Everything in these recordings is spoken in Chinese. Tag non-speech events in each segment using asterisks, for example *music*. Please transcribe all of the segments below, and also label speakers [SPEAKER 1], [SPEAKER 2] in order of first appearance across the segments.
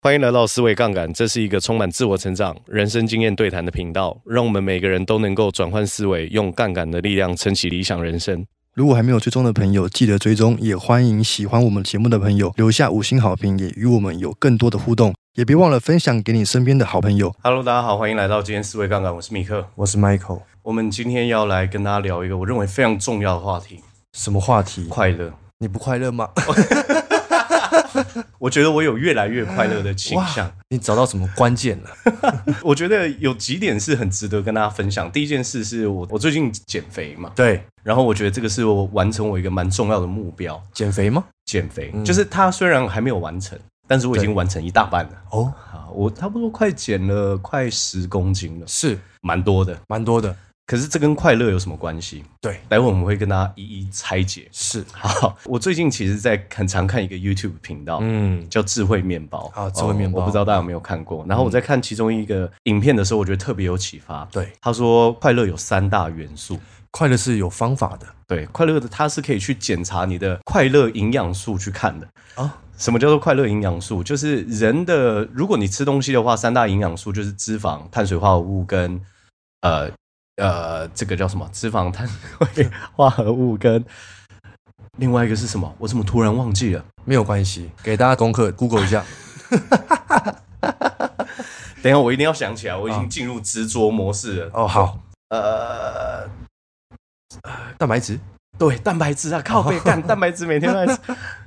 [SPEAKER 1] 欢迎来到思维杠杆，这是一个充满自我成长、人生经验对谈的频道，让我们每个人都能够转换思维，用杠杆的力量撑起理想人生。
[SPEAKER 2] 如果还没有追踪的朋友，记得追踪，也欢迎喜欢我们节目的朋友留下五星好评，也与我们有更多的互动，也别忘了分享给你身边的好朋友。
[SPEAKER 1] Hello，大家好，欢迎来到今天思维杠杆，我是米克。
[SPEAKER 2] 我是 Michael，
[SPEAKER 1] 我们今天要来跟大家聊一个我认为非常重要的话题
[SPEAKER 2] 什么
[SPEAKER 1] ——
[SPEAKER 2] 话题？
[SPEAKER 1] 快乐。
[SPEAKER 2] 你不快乐吗？
[SPEAKER 1] 我觉得我有越来越快乐的倾向。
[SPEAKER 2] 你找到什么关键了？
[SPEAKER 1] 我觉得有几点是很值得跟大家分享。第一件事是我我最近减肥嘛，
[SPEAKER 2] 对，
[SPEAKER 1] 然后我觉得这个是我完成我一个蛮重要的目标。
[SPEAKER 2] 减肥吗？
[SPEAKER 1] 减肥，就是它虽然还没有完成，但是我已经完成一大半了。
[SPEAKER 2] 哦，
[SPEAKER 1] 啊，我差不多快减了快十公斤了，
[SPEAKER 2] 是
[SPEAKER 1] 蛮多的。
[SPEAKER 2] 蛮多的，
[SPEAKER 1] 可是这跟快乐有什么关系？
[SPEAKER 2] 对，
[SPEAKER 1] 待会我们会跟大家一一拆解。
[SPEAKER 2] 是，
[SPEAKER 1] 好， *laughs* 我最近其实在很常看一个 YouTube 频道，
[SPEAKER 2] 嗯，
[SPEAKER 1] 叫智慧面包哦
[SPEAKER 2] 啊智慧面包嗯
[SPEAKER 1] 我不知道大家有没有看过。然后我在看其中一个影片的时候，我觉得特别有启发。
[SPEAKER 2] 对，
[SPEAKER 1] 他说快乐有三大元素，
[SPEAKER 2] 快乐是有方法的
[SPEAKER 1] 对，快乐的它是可以去检查你的快乐营养素去看的。
[SPEAKER 2] 啊，
[SPEAKER 1] 什么叫做快乐营养素？就是人的，如果你吃东西的话，三大营养素就是脂肪、碳水化合物跟呃呃，这个叫什么？脂肪、碳水化合物跟另外一个是什么？我怎么突然忘记了？
[SPEAKER 2] 没有关系，给大家功课，Google 一 *laughs* 下。
[SPEAKER 1] 等一下，我一定要想起来，我已经进入执着模式了。
[SPEAKER 2] 哦，好，
[SPEAKER 1] 呃，
[SPEAKER 2] 蛋白质
[SPEAKER 1] 对，蛋白质啊，靠背干蛋白质，每天都在吃。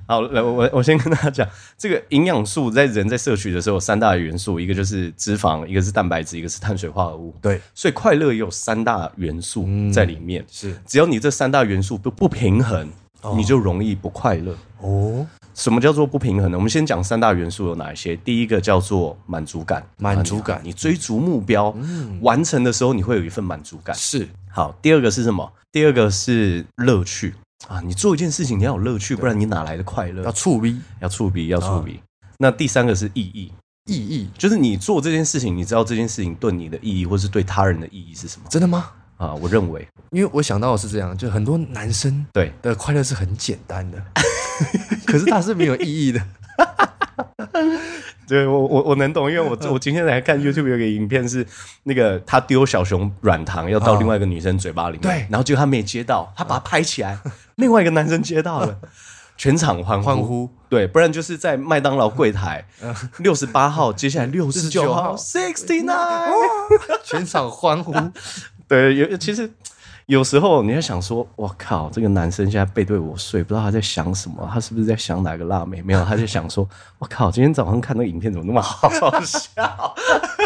[SPEAKER 1] 好，来，我我我先跟大家讲，这个营养素在人在摄取的时候有三大元素，一个就是脂肪，一个是蛋白质，一个是碳水化合物。
[SPEAKER 2] 对，
[SPEAKER 1] 所以快乐也有三大元素
[SPEAKER 2] 嗯
[SPEAKER 1] 在里面。
[SPEAKER 2] 是
[SPEAKER 1] 只要你这三大元素不不平衡，你就容易不快乐。
[SPEAKER 2] 哦，
[SPEAKER 1] 什么叫做不平衡呢？我们先讲三大元素有哪一些。第一个叫做满足感，
[SPEAKER 2] 满足感嗯
[SPEAKER 1] 啊你你追逐目标、完成的时候，你会有一份满足感。
[SPEAKER 2] 是
[SPEAKER 1] 好，第二个是什么？第二个是乐趣啊！你做一件事情，你要有乐趣，不然你哪来的快乐
[SPEAKER 2] 要？啊触逼
[SPEAKER 1] 要触笔，要触笔。那第三个是意义，
[SPEAKER 2] 意义，
[SPEAKER 1] 就是你做这件事情，你知道这件事情对你的意义，或是对他人的意义是什么
[SPEAKER 2] 真的吗？
[SPEAKER 1] 啊？我认为，
[SPEAKER 2] 因为我想到的是这样，就很多男生
[SPEAKER 1] 对，
[SPEAKER 2] 的快乐是很简单的， *laughs* 可是它是没有意义
[SPEAKER 1] *laughs*
[SPEAKER 2] 的。
[SPEAKER 1] 对我我我能懂，因为我我今天来看 YouTube 有个影片是那个他丢小熊软糖要到另外一个女生嘴巴里面，
[SPEAKER 2] 对
[SPEAKER 1] 然后结果他没接到，他把它拍起来，另外一个男生接到了，全场欢
[SPEAKER 2] 欢呼，
[SPEAKER 1] 对，不然就是在麦当劳柜台六十八号，接下来六十九号
[SPEAKER 2] 号
[SPEAKER 1] ，sixty nine，
[SPEAKER 2] 全场欢
[SPEAKER 1] *laughs*
[SPEAKER 2] 呼，
[SPEAKER 1] 对，有其实。有时候你会想说，我靠，这个男生现在背对我睡，不知道他在想什么，他是不是在想哪个辣妹？没有，他就想说，我靠，今天早上看那个影片怎么那么好笑？ *laughs*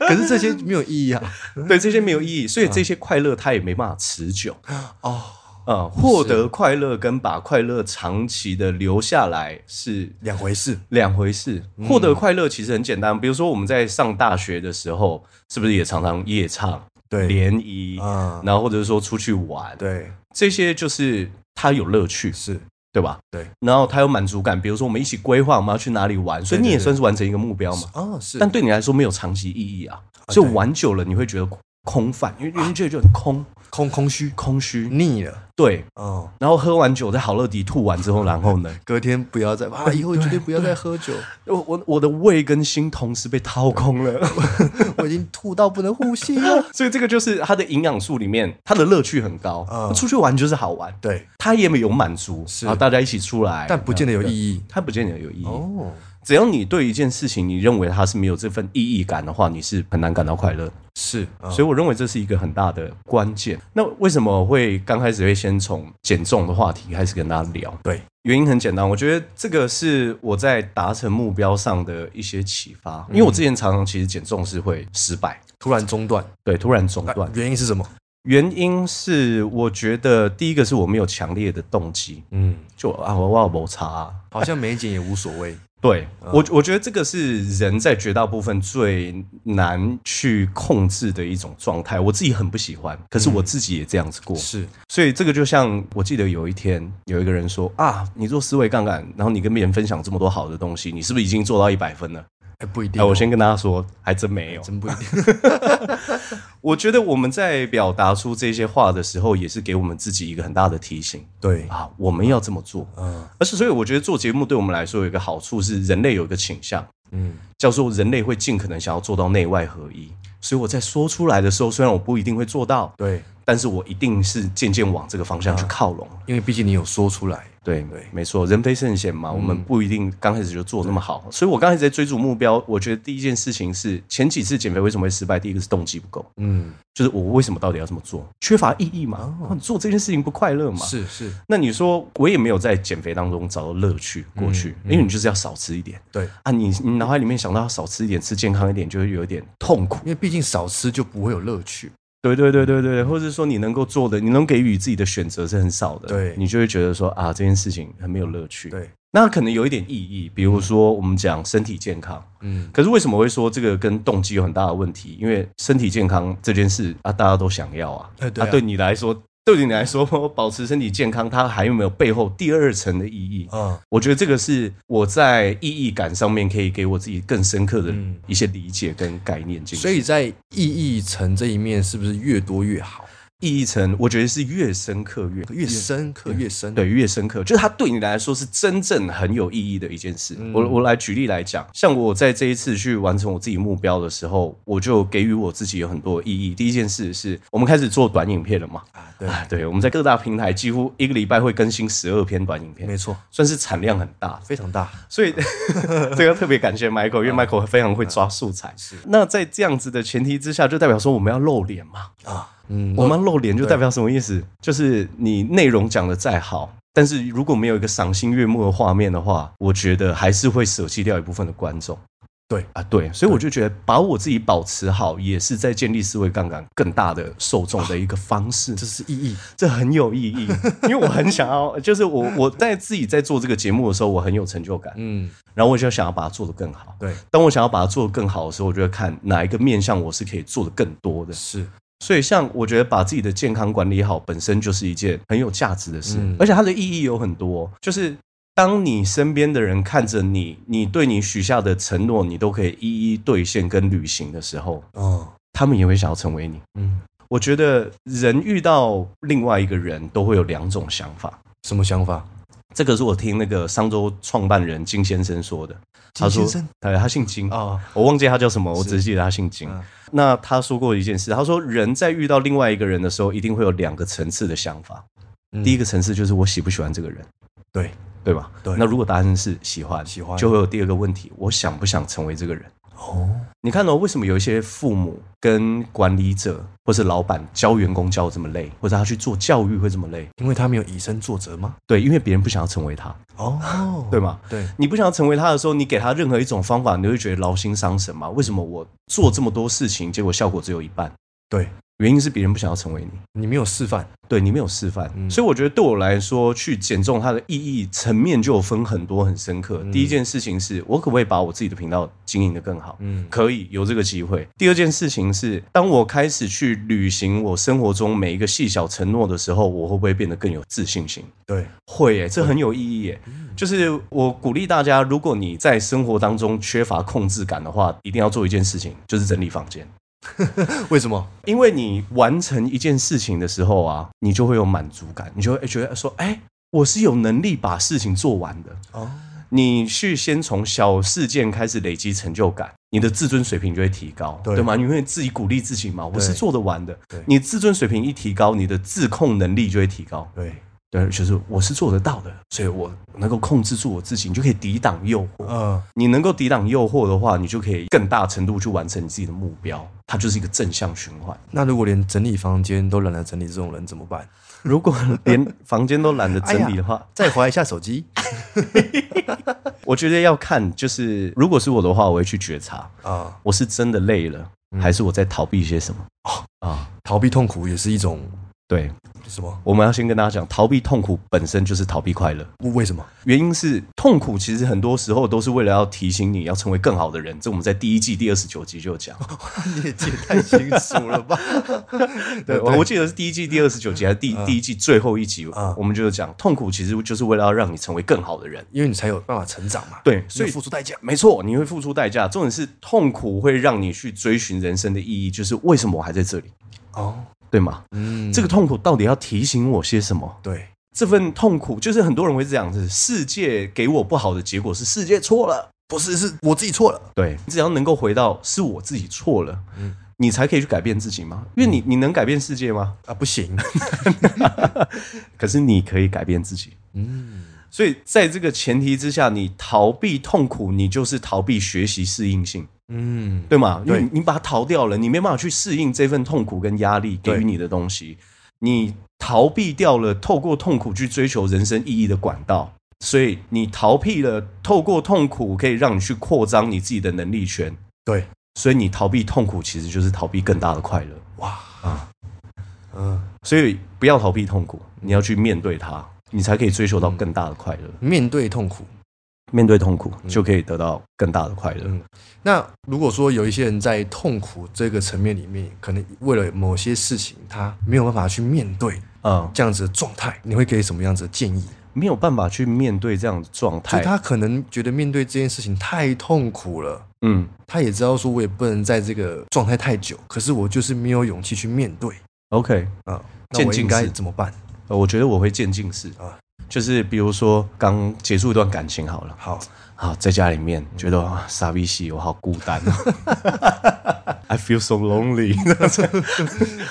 [SPEAKER 2] 可是这些没有意义啊。
[SPEAKER 1] 对，这些没有意义，所以这些快乐它也没办法持久。
[SPEAKER 2] 哦，
[SPEAKER 1] 呃，获得快乐跟把快乐长期的留下来是
[SPEAKER 2] 两回事。
[SPEAKER 1] 两回事。获得快乐其实很简单，比如说我们在上大学的时候，是不是也常常夜唱、
[SPEAKER 2] 对，
[SPEAKER 1] 联谊，
[SPEAKER 2] 啊，
[SPEAKER 1] 然后或者说出去玩，
[SPEAKER 2] 对，
[SPEAKER 1] 这些就是它有乐趣，
[SPEAKER 2] 是
[SPEAKER 1] 对吧？
[SPEAKER 2] 对，
[SPEAKER 1] 然后它有满足感，比如说我们一起规划我们要去哪里玩，所以
[SPEAKER 2] 对对
[SPEAKER 1] 你也
[SPEAKER 2] 对
[SPEAKER 1] 算是完成一个目标嘛。
[SPEAKER 2] 啊，是。
[SPEAKER 1] 但对你来说没有长期意义啊，所以
[SPEAKER 2] 对
[SPEAKER 1] 玩久了你会觉得空泛，因为因为觉得就很空。
[SPEAKER 2] 空空虚，
[SPEAKER 1] 空虚，
[SPEAKER 2] 腻了。
[SPEAKER 1] 对。
[SPEAKER 2] 哦，
[SPEAKER 1] 然后喝完酒，在好乐迪吐完之后，然后呢？
[SPEAKER 2] 隔天不要再啊，以后绝对不要再喝酒。
[SPEAKER 1] *laughs* 我我我的胃跟心同时被掏空了，
[SPEAKER 2] *laughs* 我已经吐到不能呼吸了。
[SPEAKER 1] *laughs* 所以这个就是它的营养素里面，它的乐趣很高。
[SPEAKER 2] 嗯
[SPEAKER 1] 出去玩就是好玩，
[SPEAKER 2] 对，
[SPEAKER 1] 它也没有满足，
[SPEAKER 2] 是
[SPEAKER 1] 然后大家一起出来，
[SPEAKER 2] 但不见得有意
[SPEAKER 1] 义。
[SPEAKER 2] 义。
[SPEAKER 1] 它不见得有意义。
[SPEAKER 2] 哦，
[SPEAKER 1] 只要你对一件事情，你认为它是没有这份意义感的话，你是很难感到快乐。
[SPEAKER 2] 是，啊
[SPEAKER 1] 所以我认为这是一个很大的关键。那为什么会刚开始会先从减重的话题开始跟大家聊？
[SPEAKER 2] 对，
[SPEAKER 1] 原因很简单，我觉得这个是我在达成目标上的一些启发，因为我之前常常其实减重是会失败，
[SPEAKER 2] 突然中断，
[SPEAKER 1] 对，突然中
[SPEAKER 2] 那
[SPEAKER 1] 断。
[SPEAKER 2] 原因是什么？
[SPEAKER 1] 原因是我觉得第一个是我没有强烈的动机，
[SPEAKER 2] 嗯，
[SPEAKER 1] 就啊我我我查、啊。
[SPEAKER 2] 好像没减也无所
[SPEAKER 1] *laughs*
[SPEAKER 2] 谓。
[SPEAKER 1] 对
[SPEAKER 2] 嗯
[SPEAKER 1] 我，我觉得这个是人在绝大部分最难去控制的一种状态。我自己很不喜欢，可是我自己也这样子过。
[SPEAKER 2] 嗯是，
[SPEAKER 1] 所以这个就像我记得有一天有一个人说啊，你做思维杠杆，然后你跟别人分享这么多好的东西，你是不是已经做到一百分了？
[SPEAKER 2] 哎不一定
[SPEAKER 1] 哎、
[SPEAKER 2] 哦、
[SPEAKER 1] 我先跟大家说，还真没有。
[SPEAKER 2] 真不一定。 *laughs*
[SPEAKER 1] 我觉得我们在表达出这些话的时候，也是给我们自己一个很大的提醒
[SPEAKER 2] 对，
[SPEAKER 1] 啊，我们要这么做。
[SPEAKER 2] 嗯
[SPEAKER 1] 而是，所以我觉得做节目对我们来说有一个好处是，人类有一个倾向，
[SPEAKER 2] 嗯，
[SPEAKER 1] 叫做人类会尽可能想要做到内外合一。所以我在说出来的时候，虽然我不一定会做到，
[SPEAKER 2] 对，
[SPEAKER 1] 但是我一定是渐渐往这个方向去靠拢。
[SPEAKER 2] 因为毕竟你有说出来，
[SPEAKER 1] 对
[SPEAKER 2] 对
[SPEAKER 1] 没错，人非圣贤嘛，我们不一定刚开始就做那么好。所以我刚开始在追逐目标，我觉得第一件事情是，前几次减肥为什么会失败？第一个是动机不够，
[SPEAKER 2] 嗯，
[SPEAKER 1] 就是我为什么到底要这么做？缺乏意义嘛？你做这件事情不快乐嘛？
[SPEAKER 2] 是是，
[SPEAKER 1] 那你说我也没有在减肥当中找到乐趣，过去，因为你就是要少吃一点
[SPEAKER 2] 对，
[SPEAKER 1] 啊，你你脑海里面想到要少吃一点，吃健康一点，就会有一点痛苦。
[SPEAKER 2] 因为毕竟少吃就不会有乐趣。
[SPEAKER 1] 对对对对对，或者说你能够做的，你能给予自己的选择是很少的，
[SPEAKER 2] 对
[SPEAKER 1] 你就会觉得说啊，这件事情很没有乐趣。
[SPEAKER 2] 对，
[SPEAKER 1] 那可能有一点意义，比如说我们讲身体健康，
[SPEAKER 2] 嗯，
[SPEAKER 1] 可是为什么会说这个跟动机有很大的问题？因为身体健康这件事啊，大家都想要啊，
[SPEAKER 2] 哎对啊
[SPEAKER 1] 对你来说，对你来说， *laughs* 保持身体健康，它还有没有背后第二层的意义？
[SPEAKER 2] 嗯，
[SPEAKER 1] 我觉得这个是我在意义感上面可以给我自己更深刻的
[SPEAKER 2] 嗯
[SPEAKER 1] 一些理解跟概念进去。
[SPEAKER 2] 所以在意义层这一面，是不是越多越好？
[SPEAKER 1] 意义层，我觉得是越深刻越
[SPEAKER 2] 越深刻越深，，
[SPEAKER 1] 对，越深刻，就是它对你来说是真正很有意义的一件事。
[SPEAKER 2] 嗯
[SPEAKER 1] 我我来举例来讲，像我在这一次去完成我自己目标的时候，我就给予我自己有很多意义。第一件事是我们开始做短影片了嘛？ *laughs*
[SPEAKER 2] 啊，对，
[SPEAKER 1] 啊，对，我们在各大平台几乎一个礼拜会更新十二篇短影片，
[SPEAKER 2] 没错，
[SPEAKER 1] 算是产量很大。
[SPEAKER 2] 非常大，
[SPEAKER 1] 所以 *laughs* 这个特别感谢 Michael，因为 Michael 非常会抓素材。那在这样子的前提之下，就代表说我们要露脸嘛？啊
[SPEAKER 2] 嗯，
[SPEAKER 1] 我们要露脸就代表什么意思？就是你内容讲的再好，但是如果没有一个赏心悦目的画面的话，我觉得还是会舍弃掉一部分的观众。
[SPEAKER 2] 对
[SPEAKER 1] 啊，对，所以我就觉得把我自己保持好，也是在建立思维杠杆更大的受众的一个方式。
[SPEAKER 2] 这是意义，
[SPEAKER 1] 这很有意义，因为我很想要， *laughs* 就是我我在自己在做这个节目的时候，我很有成就感，
[SPEAKER 2] 嗯，
[SPEAKER 1] 然后我就想要把它做得更好。
[SPEAKER 2] 对，
[SPEAKER 1] 当我想要把它做得更好的时候，我就会看哪一个面向我是可以做得更多的。
[SPEAKER 2] 是，
[SPEAKER 1] 所以，像我觉得把自己的健康管理好，本身就是一件很有价值的事，
[SPEAKER 2] 嗯
[SPEAKER 1] 而且它的意义有很多。就是当你身边的人看着你，你对你许下的承诺，你都可以一一兑现跟履行的时候，
[SPEAKER 2] 嗯
[SPEAKER 1] 他们也会想要成为你。
[SPEAKER 2] 嗯，
[SPEAKER 1] 我觉得人遇到另外一个人都会有两种想法，
[SPEAKER 2] 什么想法？
[SPEAKER 1] 这个是我听那个商周创办人金先生说的。他说
[SPEAKER 2] 金先生，
[SPEAKER 1] 对，他姓金
[SPEAKER 2] 哦，
[SPEAKER 1] *laughs* 我忘记他叫什么，我只记得他姓金
[SPEAKER 2] 嗯。
[SPEAKER 1] 那他说过一件事，他说人在遇到另外一个人的时候，一定会有两个层次的想法。
[SPEAKER 2] 嗯
[SPEAKER 1] 第一个层次就是我喜不喜欢这个人，
[SPEAKER 2] 对，
[SPEAKER 1] 对吧？
[SPEAKER 2] 对
[SPEAKER 1] 那如果答案是喜欢，
[SPEAKER 2] 喜欢
[SPEAKER 1] 就会有第二个问题，我想不想成为这个人？
[SPEAKER 2] 哦，
[SPEAKER 1] 你看哦，为什么有一些父母跟管理者或是老板教员工教得这么累，或者他去做教育会这么累？
[SPEAKER 2] 因为他们有以身作则吗？
[SPEAKER 1] 对，因为别人不想要成为他，
[SPEAKER 2] 哦，
[SPEAKER 1] 对吗？
[SPEAKER 2] 对，
[SPEAKER 1] 你不想要成为他的时候，你给他任何一种方法，你都会觉得劳心伤神嘛？为什么我做这么多事情，结果效果只有一半？
[SPEAKER 2] 对，
[SPEAKER 1] 原因是别人不想要成为你，
[SPEAKER 2] 你没有示范，
[SPEAKER 1] 对你没有示范。
[SPEAKER 2] 嗯
[SPEAKER 1] 所以我觉得对我来说，去减重它的意义层面就有分很多很深刻。
[SPEAKER 2] 嗯
[SPEAKER 1] 第一件事情是我可不可以把我自己的频道经营得更好？
[SPEAKER 2] 嗯，
[SPEAKER 1] 可以有这个机会。第二件事情是，当我开始去履行我生活中每一个细小承诺的时候，我会不会变得更有自信心？
[SPEAKER 2] 对，
[SPEAKER 1] 会耶，这很有意义耶。
[SPEAKER 2] 嗯
[SPEAKER 1] 就是我鼓励大家，如果你在生活当中缺乏控制感的话，一定要做一件事情，就是整理房间。
[SPEAKER 2] 为什么？
[SPEAKER 1] 因为你完成一件事情的时候啊，你就会有满足感，你就会觉得说，哎，我是有能力把事情做完的。
[SPEAKER 2] 哦，
[SPEAKER 1] 你去先从小事件开始累积成就感，你的自尊水平就会提高，
[SPEAKER 2] 对
[SPEAKER 1] 对吗？你会自己鼓励自己嘛，我是做得完的
[SPEAKER 2] 对。
[SPEAKER 1] 你自尊水平一提高，你的自控能力就会提高。
[SPEAKER 2] 对，
[SPEAKER 1] 对，就是我是做得到的，所以我能够控制住我自己，你就可以抵挡诱惑。
[SPEAKER 2] 嗯，
[SPEAKER 1] 你能够抵挡诱惑的话，你就可以更大程度去完成你自己的目标，它就是一个正向循环。
[SPEAKER 2] 那如果连整理房间都懒得整理，这种人怎么办？
[SPEAKER 1] 如果连房间都懒得整理
[SPEAKER 2] *laughs*
[SPEAKER 1] 的话，
[SPEAKER 2] 再划一下手机
[SPEAKER 1] 我觉得要看，就是如果是我的话，我会去觉察，
[SPEAKER 2] *laughs* 啊，嗯
[SPEAKER 1] 我是真的累了，还是我在逃避些什么？啊、
[SPEAKER 2] 逃避痛苦也是一种
[SPEAKER 1] 对，
[SPEAKER 2] 什么？
[SPEAKER 1] 我们要先跟大家讲，逃避痛苦本身就是逃避快乐。
[SPEAKER 2] 为什么？
[SPEAKER 1] 原因是痛苦其实很多时候都是为了要提醒你要成为更好的人。这我们在第一季第二十九集就有
[SPEAKER 2] *laughs*
[SPEAKER 1] 讲，
[SPEAKER 2] 你也记得太清楚了吧？ *laughs* 对，
[SPEAKER 1] 我我记得是第一季第二十九集还是第、第一季最后一集，
[SPEAKER 2] 嗯
[SPEAKER 1] 我们就有讲痛苦其实就是为了要让你成为更好的人。
[SPEAKER 2] 因为你才有办法成长嘛。
[SPEAKER 1] 对，
[SPEAKER 2] 所
[SPEAKER 1] 所
[SPEAKER 2] 以
[SPEAKER 1] 以
[SPEAKER 2] 付出代价。
[SPEAKER 1] 没错，你会付出代价。重点是痛苦会让你去追寻人生的意义，就是为什么我还在这里，
[SPEAKER 2] 哦，
[SPEAKER 1] 对吗？
[SPEAKER 2] 嗯
[SPEAKER 1] 这个痛苦到底要提醒我些什么？
[SPEAKER 2] 对，
[SPEAKER 1] 这份痛苦就是很多人会这样子，世界给我不好的结果是世界错了。
[SPEAKER 2] 不是是我自己错了。
[SPEAKER 1] 对，只要能够回到是我自己错了，
[SPEAKER 2] 嗯
[SPEAKER 1] 你才可以去改变自己吗？因为你你能改变世界吗？
[SPEAKER 2] 啊，不行，
[SPEAKER 1] 可是你可以改变自己。
[SPEAKER 2] *laughs* 嗯，
[SPEAKER 1] 所以在这个前提之下，你逃避痛苦，你就是逃避学习适应性，
[SPEAKER 2] 嗯，
[SPEAKER 1] 对吗？因为
[SPEAKER 2] 对
[SPEAKER 1] 你把它逃掉了，你没办法去适应这份痛苦跟压力给
[SPEAKER 2] 对
[SPEAKER 1] 予你的东西，你逃避掉了透过痛苦去追求人生意义的管道。所以你逃避了透过痛苦可以让你去扩张你自己的能力圈，
[SPEAKER 2] 对，
[SPEAKER 1] 所以你逃避痛苦，其实就是逃避更大的快乐。
[SPEAKER 2] 哇啊嗯，
[SPEAKER 1] 所以不要逃避痛苦，你要去面对它，你才可以追求到更大的快乐。
[SPEAKER 2] 面对痛苦。
[SPEAKER 1] 面对痛苦，就可以得到更大的快乐。
[SPEAKER 2] 嗯那如果说有一些人在痛苦这个层面里面，可能为了某些事情，他没有办法去面对
[SPEAKER 1] 嗯，
[SPEAKER 2] 这样子的状态，你会给什么样子的建议？
[SPEAKER 1] 没有办法去面对这样的状
[SPEAKER 2] 就
[SPEAKER 1] 态。
[SPEAKER 2] 他可能觉得面对这件事情太痛苦了。
[SPEAKER 1] 嗯
[SPEAKER 2] 他也知道说，我也不能在这个状态太久，可是我就是没有勇气去面对
[SPEAKER 1] ，OK，
[SPEAKER 2] 啊。那
[SPEAKER 1] 渐
[SPEAKER 2] 我
[SPEAKER 1] 进
[SPEAKER 2] 应该
[SPEAKER 1] 式
[SPEAKER 2] 怎么办？
[SPEAKER 1] 呃我觉得我会渐进式
[SPEAKER 2] 啊
[SPEAKER 1] 就是比如说刚结束一段感情好了，
[SPEAKER 2] 好，
[SPEAKER 1] 好在家里面觉得啊傻逼戏，我好孤单、啊、，I *laughs* feel so lonely 。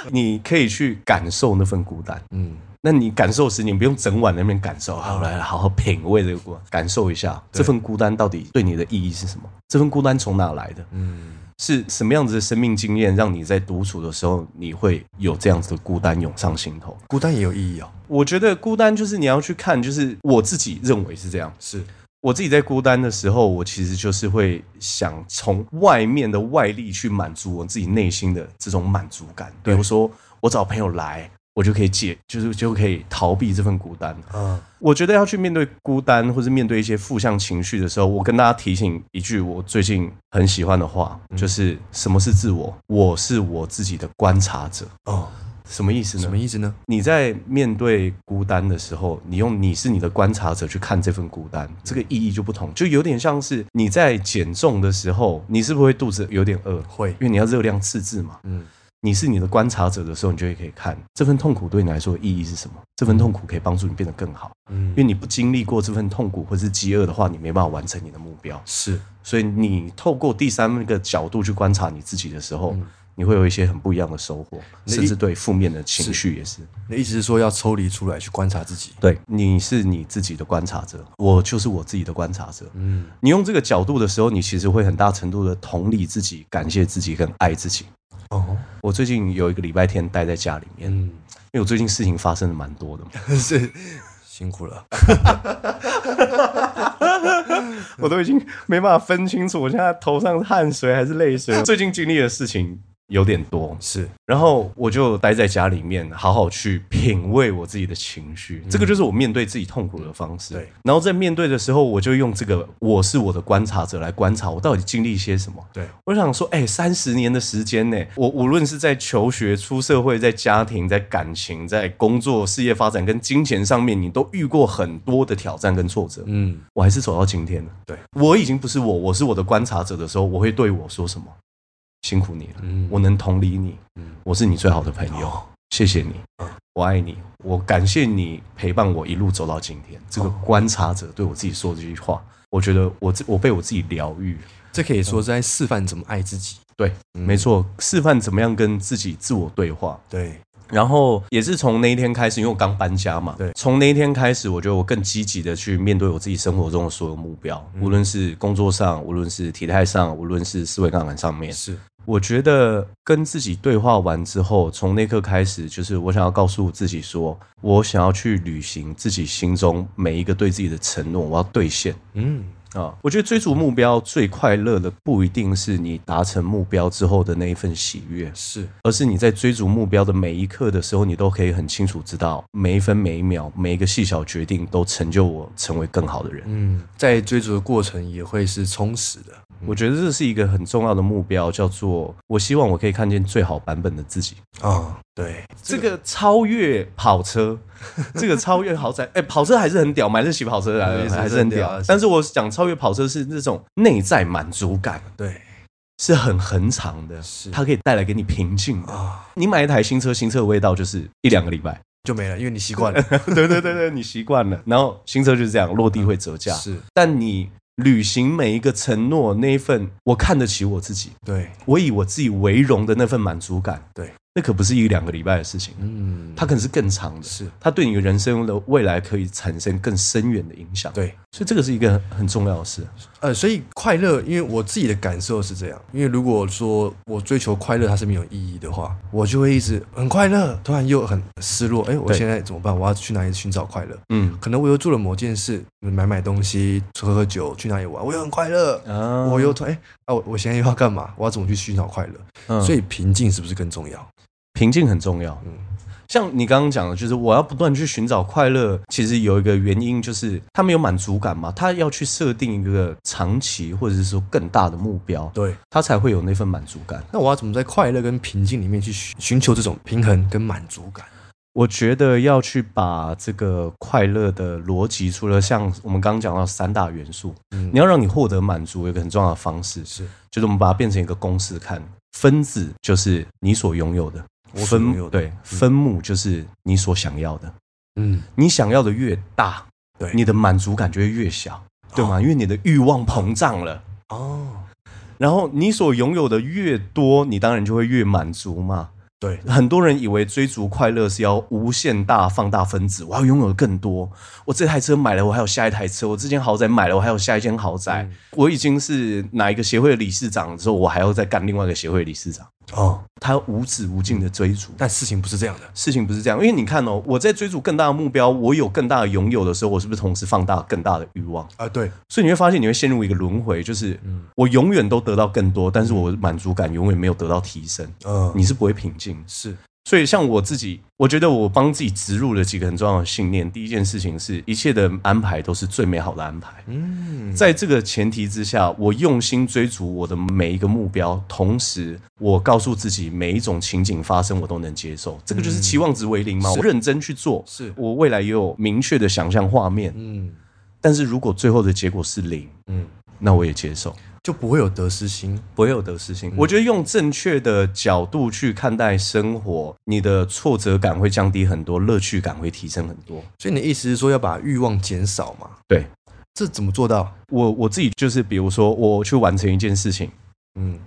[SPEAKER 1] 你可以去感受那份孤单，
[SPEAKER 2] 嗯，
[SPEAKER 1] 那你感受时，你不用整晚在那边感受，好来好好品味这个孤单，感受一下这份孤单到底对你的意义是什么？这份孤单从哪来的？
[SPEAKER 2] 嗯，
[SPEAKER 1] 是什么样子的生命经验让你在独处的时候，你会有这样子的孤单涌上心头？
[SPEAKER 2] 孤单也有意义哦。
[SPEAKER 1] 我觉得孤单就是你要去看，就是我自己认为是这样。
[SPEAKER 2] 是，
[SPEAKER 1] 我自己在孤单的时候，我其实就是会想从外面的外力去满足我自己内心的这种满足感。比
[SPEAKER 2] 对
[SPEAKER 1] 如说，我找朋友来，我就可以解，就是就可以逃避这份孤单。
[SPEAKER 2] 嗯，
[SPEAKER 1] 我觉得要去面对孤单，或是面对一些负向情绪的时候，我跟大家提醒一句我最近很喜欢的话，就是什么是自我？我是我自己的观察者。
[SPEAKER 2] 哦，
[SPEAKER 1] 什么意思
[SPEAKER 2] 什
[SPEAKER 1] 呢
[SPEAKER 2] 么？意思呢？
[SPEAKER 1] 你在面对孤单的时候，你用你是你的观察者去看这份孤单，这个意义就不同，就有点像是你在减重的时候，你是不是会肚子有点饿？
[SPEAKER 2] 会
[SPEAKER 1] 因，为你要热量赤字嘛。
[SPEAKER 2] 嗯，
[SPEAKER 1] 你是你的观察者的时候，你就会可以看这份痛苦对你来说的意义是什么，这份痛苦可以帮助你变得更好。
[SPEAKER 2] 嗯
[SPEAKER 1] 因为你不经历过这份痛苦或是饥饿的话，你没办法完成你的目标。
[SPEAKER 2] 是，
[SPEAKER 1] 所以你透过第三个角度去观察你自己的时候，你会有一些很不一样的收获，
[SPEAKER 2] 嗯那一
[SPEAKER 1] 甚至对负面的情绪也是。
[SPEAKER 2] 那意思是说要抽离出来去观察自己。
[SPEAKER 1] 对，你是你自己的观察者，我就是我自己的观察者。
[SPEAKER 2] 嗯，
[SPEAKER 1] 你用这个角度的时候，你其实会很大程度的同理自己、感谢自己跟爱自己。
[SPEAKER 2] 哦，
[SPEAKER 1] 我最近有一个礼拜天待在家里面，因
[SPEAKER 2] 嗯，
[SPEAKER 1] 为我最近事情发生的蛮多的嘛，
[SPEAKER 2] 是辛苦了。
[SPEAKER 1] *laughs* 我都已经没办法分清楚，我现在头上是汗水还是泪水。最近经历的事情有点多，
[SPEAKER 2] 是，
[SPEAKER 1] 然后我就待在家里面，好好去品味我自己的情绪。这个就是我面对自己痛苦的方式。
[SPEAKER 2] 嗯对，
[SPEAKER 1] 然后在面对的时候，我就用这个“我是我的观察者”来观察我到底经历一些什么。
[SPEAKER 2] 对，
[SPEAKER 1] 我想说，哎、三十年的时间呢，我无论是在求学、出社会、在家庭、在感情、在工作、事业发展跟金钱上面，你都遇过很多的挑战跟挫折。
[SPEAKER 2] 嗯，
[SPEAKER 1] 我还是走到今天了。
[SPEAKER 2] 对，
[SPEAKER 1] 我已经不是我，我是我的观察者的时候，我会对我说什么？辛苦你了，
[SPEAKER 2] 嗯
[SPEAKER 1] 我能同理你，
[SPEAKER 2] 嗯哦
[SPEAKER 1] 我是你最好的朋友，谢谢你，我爱你，我感谢你陪伴我一路走到今天。这个
[SPEAKER 2] 哦
[SPEAKER 1] 观察者对我自己说这句话，我觉得我自我被我自己疗愈。
[SPEAKER 2] 这可以说是在示范怎么爱自己。
[SPEAKER 1] 对，
[SPEAKER 2] 嗯
[SPEAKER 1] 没错，示范怎么样跟自己自我对话。
[SPEAKER 2] 对，
[SPEAKER 1] 然后也是从那一天开始，因为我刚搬家嘛，
[SPEAKER 2] 对
[SPEAKER 1] 从那一天开始，我觉得我更积极的去面对我自己生活中的所有目标，
[SPEAKER 2] 嗯
[SPEAKER 1] 无论是工作上，无论是体态上，无论是思维杠杆上面，
[SPEAKER 2] 是，
[SPEAKER 1] 我觉得跟自己对话完之后，从那刻开始，就是我想要告诉自己说，我想要去履行自己心中每一个对自己的承诺，我要兑现。
[SPEAKER 2] 嗯，
[SPEAKER 1] 啊、我觉得追逐目标最快乐的不一定是你达成目标之后的那一份喜悦，
[SPEAKER 2] 是
[SPEAKER 1] 而是你在追逐目标的每一刻的时候，你都可以很清楚知道每一分每一秒每一个细小决定都成就我成为更好的人。
[SPEAKER 2] 嗯，在追逐的过程也会是充实的。
[SPEAKER 1] 我觉得这是一个很重要的目标，叫做我希望我可以看见最好版本的自己。
[SPEAKER 2] 啊、对，
[SPEAKER 1] 这个超越跑车， *laughs* 这个超越豪宅，哎、跑车还是很屌，买得起跑车啊
[SPEAKER 2] 对
[SPEAKER 1] 还
[SPEAKER 2] 也
[SPEAKER 1] 是
[SPEAKER 2] 是
[SPEAKER 1] 还是很屌
[SPEAKER 2] 很屌。
[SPEAKER 1] 但是我讲超越跑车是那种内在满足感，
[SPEAKER 2] 对
[SPEAKER 1] 是很恒长的，
[SPEAKER 2] 是
[SPEAKER 1] 它可以带来给你平静
[SPEAKER 2] 啊、
[SPEAKER 1] 的。你买一台新车，新车的味道就是一两个礼拜，
[SPEAKER 2] 就没了，因为你习惯 *laughs* 了。
[SPEAKER 1] *laughs* 对对对对，你习惯了，然后新车就是这样，落地会折价。
[SPEAKER 2] 是
[SPEAKER 1] 但你履行每一个承诺，那一份我看得起我自己，
[SPEAKER 2] 对，
[SPEAKER 1] 我以我自己为荣的那份满足感，
[SPEAKER 2] 对，
[SPEAKER 1] 那可不是一两个礼拜的事情，
[SPEAKER 2] 嗯，
[SPEAKER 1] 它可能是更长的，
[SPEAKER 2] 是
[SPEAKER 1] 它对你的人生的未来可以产生更深远的影响。，
[SPEAKER 2] 对，
[SPEAKER 1] 所以这个是一个很很重要的事。
[SPEAKER 2] 呃，所以快乐，因为我自己的感受是这样，因为如果说我追求快乐它是没有意义的话，我就会一直很快乐，突然又很失落，哎，我
[SPEAKER 1] 对
[SPEAKER 2] 现在怎么办？我要去哪里寻找快乐？
[SPEAKER 1] 嗯，
[SPEAKER 2] 可能我又做了某件事，买买东西，喝喝酒，去哪里玩，我又很快乐。
[SPEAKER 1] 啊
[SPEAKER 2] 我又突然哎啊！我我现在又要干嘛？我要怎么去寻找快乐？
[SPEAKER 1] 嗯
[SPEAKER 2] 所以平静是不是更重要？
[SPEAKER 1] 平静很重要。
[SPEAKER 2] 嗯
[SPEAKER 1] 像你刚刚讲的，就是我要不断去寻找快乐，其实有一个原因就是他没有满足感嘛，他要去设定一个长期或者是说更大的目标，
[SPEAKER 2] 对，
[SPEAKER 1] 他才会有那份满足感。
[SPEAKER 2] 那我要怎么在快乐跟平静里面去寻寻求这种平衡跟满足感？
[SPEAKER 1] 我觉得要去把这个快乐的逻辑，除了像我们刚刚讲到三大元素，
[SPEAKER 2] 嗯
[SPEAKER 1] 你要让你获得满足，有一个很重要的方式，
[SPEAKER 2] 是
[SPEAKER 1] 就是我们把它变成一个公式看，分子就是你所拥有的，
[SPEAKER 2] 我所拥有的
[SPEAKER 1] 对，分母就是你所想要的。
[SPEAKER 2] 嗯，
[SPEAKER 1] 你想要的越大，
[SPEAKER 2] 对
[SPEAKER 1] 你的满足感就会越小，对吗？因为你的欲望膨胀了，
[SPEAKER 2] 哦，
[SPEAKER 1] 然后你所拥有的越多，你当然就会越满足嘛。
[SPEAKER 2] 对，
[SPEAKER 1] 很多人以为追逐快乐是要无限大放大分子，我要拥有更多。我这台车买了，我还有下一台车；我这间豪宅买了，我还有下一间豪宅。
[SPEAKER 2] 嗯
[SPEAKER 1] 我已经是哪一个协会的理事长的时候，我还要再干另外一个协会的理事长。
[SPEAKER 2] 哦，
[SPEAKER 1] 他无止无尽的追逐，
[SPEAKER 2] 但事情不是这样的，
[SPEAKER 1] 事情不是这样，因为你看哦，我在追逐更大的目标，我有更大的拥有的时候，我是不是同时放大更大的欲望？
[SPEAKER 2] 啊，对，
[SPEAKER 1] 所以你会发现，你会陷入一个轮回，就是我永远都得到更多，但是我的满足感永远没有得到提升，
[SPEAKER 2] 嗯，
[SPEAKER 1] 你是不会平静。
[SPEAKER 2] 是
[SPEAKER 1] 所以像我自己，我觉得我帮自己植入了几个很重要的信念。第一件事情是，一切的安排都是最美好的安排。
[SPEAKER 2] 嗯，
[SPEAKER 1] 在这个前提之下，我用心追逐我的每一个目标，同时我告诉自己，每一种情景发生我都能接受。这个
[SPEAKER 2] 嗯
[SPEAKER 1] 就是期望值为零嘛，我认真去做，
[SPEAKER 2] 是
[SPEAKER 1] 我未来也有明确的想象画面。
[SPEAKER 2] 嗯
[SPEAKER 1] 但是如果最后的结果是零，
[SPEAKER 2] 嗯，
[SPEAKER 1] 那我也接受，
[SPEAKER 2] 就不会有得失心，
[SPEAKER 1] 不会有得失心。我觉得用正确的角度去看待生活，你的挫折感会降低很多，乐趣感会提升很多。
[SPEAKER 2] 所以你的意思是说要把欲望减少嘛？
[SPEAKER 1] 对
[SPEAKER 2] 这怎么做到？
[SPEAKER 1] 我我自己就是，比如说我去完成一件事情，
[SPEAKER 2] 嗯，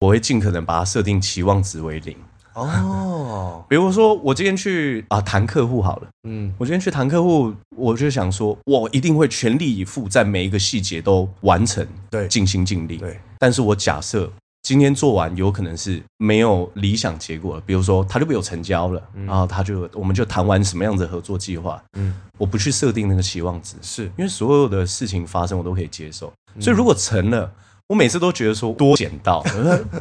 [SPEAKER 1] 我会尽可能把它设定期望值为零。 *laughs*
[SPEAKER 2] 哦，
[SPEAKER 1] 比如说，我今天去啊谈客户好了，
[SPEAKER 2] 嗯，
[SPEAKER 1] 我今天去谈客户，我就想说，我一定会全力以赴，在每一个细节都完成，
[SPEAKER 2] 对
[SPEAKER 1] 尽心尽力。
[SPEAKER 2] 对，
[SPEAKER 1] 但是我假设今天做完，有可能是没有理想结果了，比如说他就没有成交了，然后他就我们就谈完什么样子的合作计划，
[SPEAKER 2] 嗯，
[SPEAKER 1] 我不去设定那个期望值，
[SPEAKER 2] 是
[SPEAKER 1] 因为所有的事情发生我都可以接受，所以如果成了。我每次都觉得说多捡到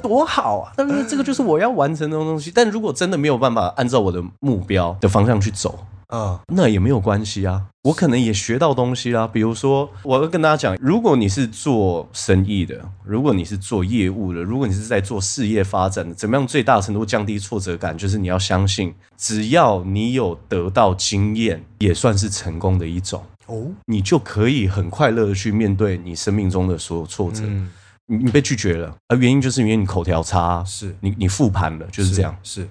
[SPEAKER 1] 多好啊，但是这个就是我要完成的东西。但如果真的没有办法按照我的目标的方向去走，
[SPEAKER 2] 啊，
[SPEAKER 1] 那也没有关系啊，我可能也学到东西啊啦。比如说，我要跟大家讲，如果你是做生意的，如果你是做业务的，如果你是在做事业发展的，怎么样最大程度降低挫折感？就是你要相信，只要你有得到经验，也算是成功的一种，
[SPEAKER 2] 哦，
[SPEAKER 1] 你就可以很快乐的去面对你生命中的所有挫折。
[SPEAKER 2] 嗯，
[SPEAKER 1] 你你被拒绝了，而原因就是因为你口条差啊，
[SPEAKER 2] 是
[SPEAKER 1] 你你复盘了，就是这样。，
[SPEAKER 2] 是，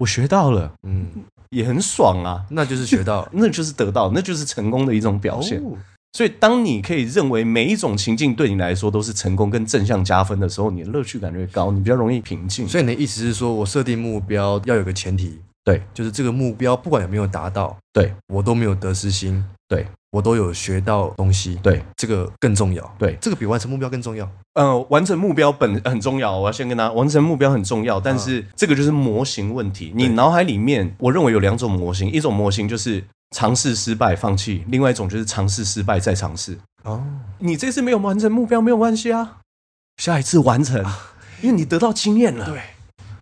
[SPEAKER 1] 我学到了，
[SPEAKER 2] 嗯，
[SPEAKER 1] 也很爽啊。
[SPEAKER 2] 那就是学到了
[SPEAKER 1] 那就是得到，那就是成功的一种表现。
[SPEAKER 2] 哦
[SPEAKER 1] 所以，当你可以认为每一种情境对你来说都是成功跟正向加分的时候，你的乐趣感就会高，你比较容易平静。
[SPEAKER 2] 所以你的意思是说，我设定目标要有个前提，
[SPEAKER 1] 对
[SPEAKER 2] 就是这个目标不管有没有达到，
[SPEAKER 1] 对
[SPEAKER 2] 我都没有得失心，
[SPEAKER 1] 对
[SPEAKER 2] 我都有学到东西，，
[SPEAKER 1] 对，
[SPEAKER 2] 这个更重要，
[SPEAKER 1] 对
[SPEAKER 2] 这个比完成目标更重要。
[SPEAKER 1] 呃，完成目标本很重要，我要先跟大家，完成目标很重要，但是这个就是模型问题。你
[SPEAKER 2] 啊对
[SPEAKER 1] 脑海里面，我认为有两种模型，一种模型就是尝试失败放弃，另外一种就是尝试失败再尝试。
[SPEAKER 2] 哦，
[SPEAKER 1] 你这次没有完成目标没有关系啊，下一次完成，
[SPEAKER 2] 啊
[SPEAKER 1] 因为你得到经验了，
[SPEAKER 2] 对，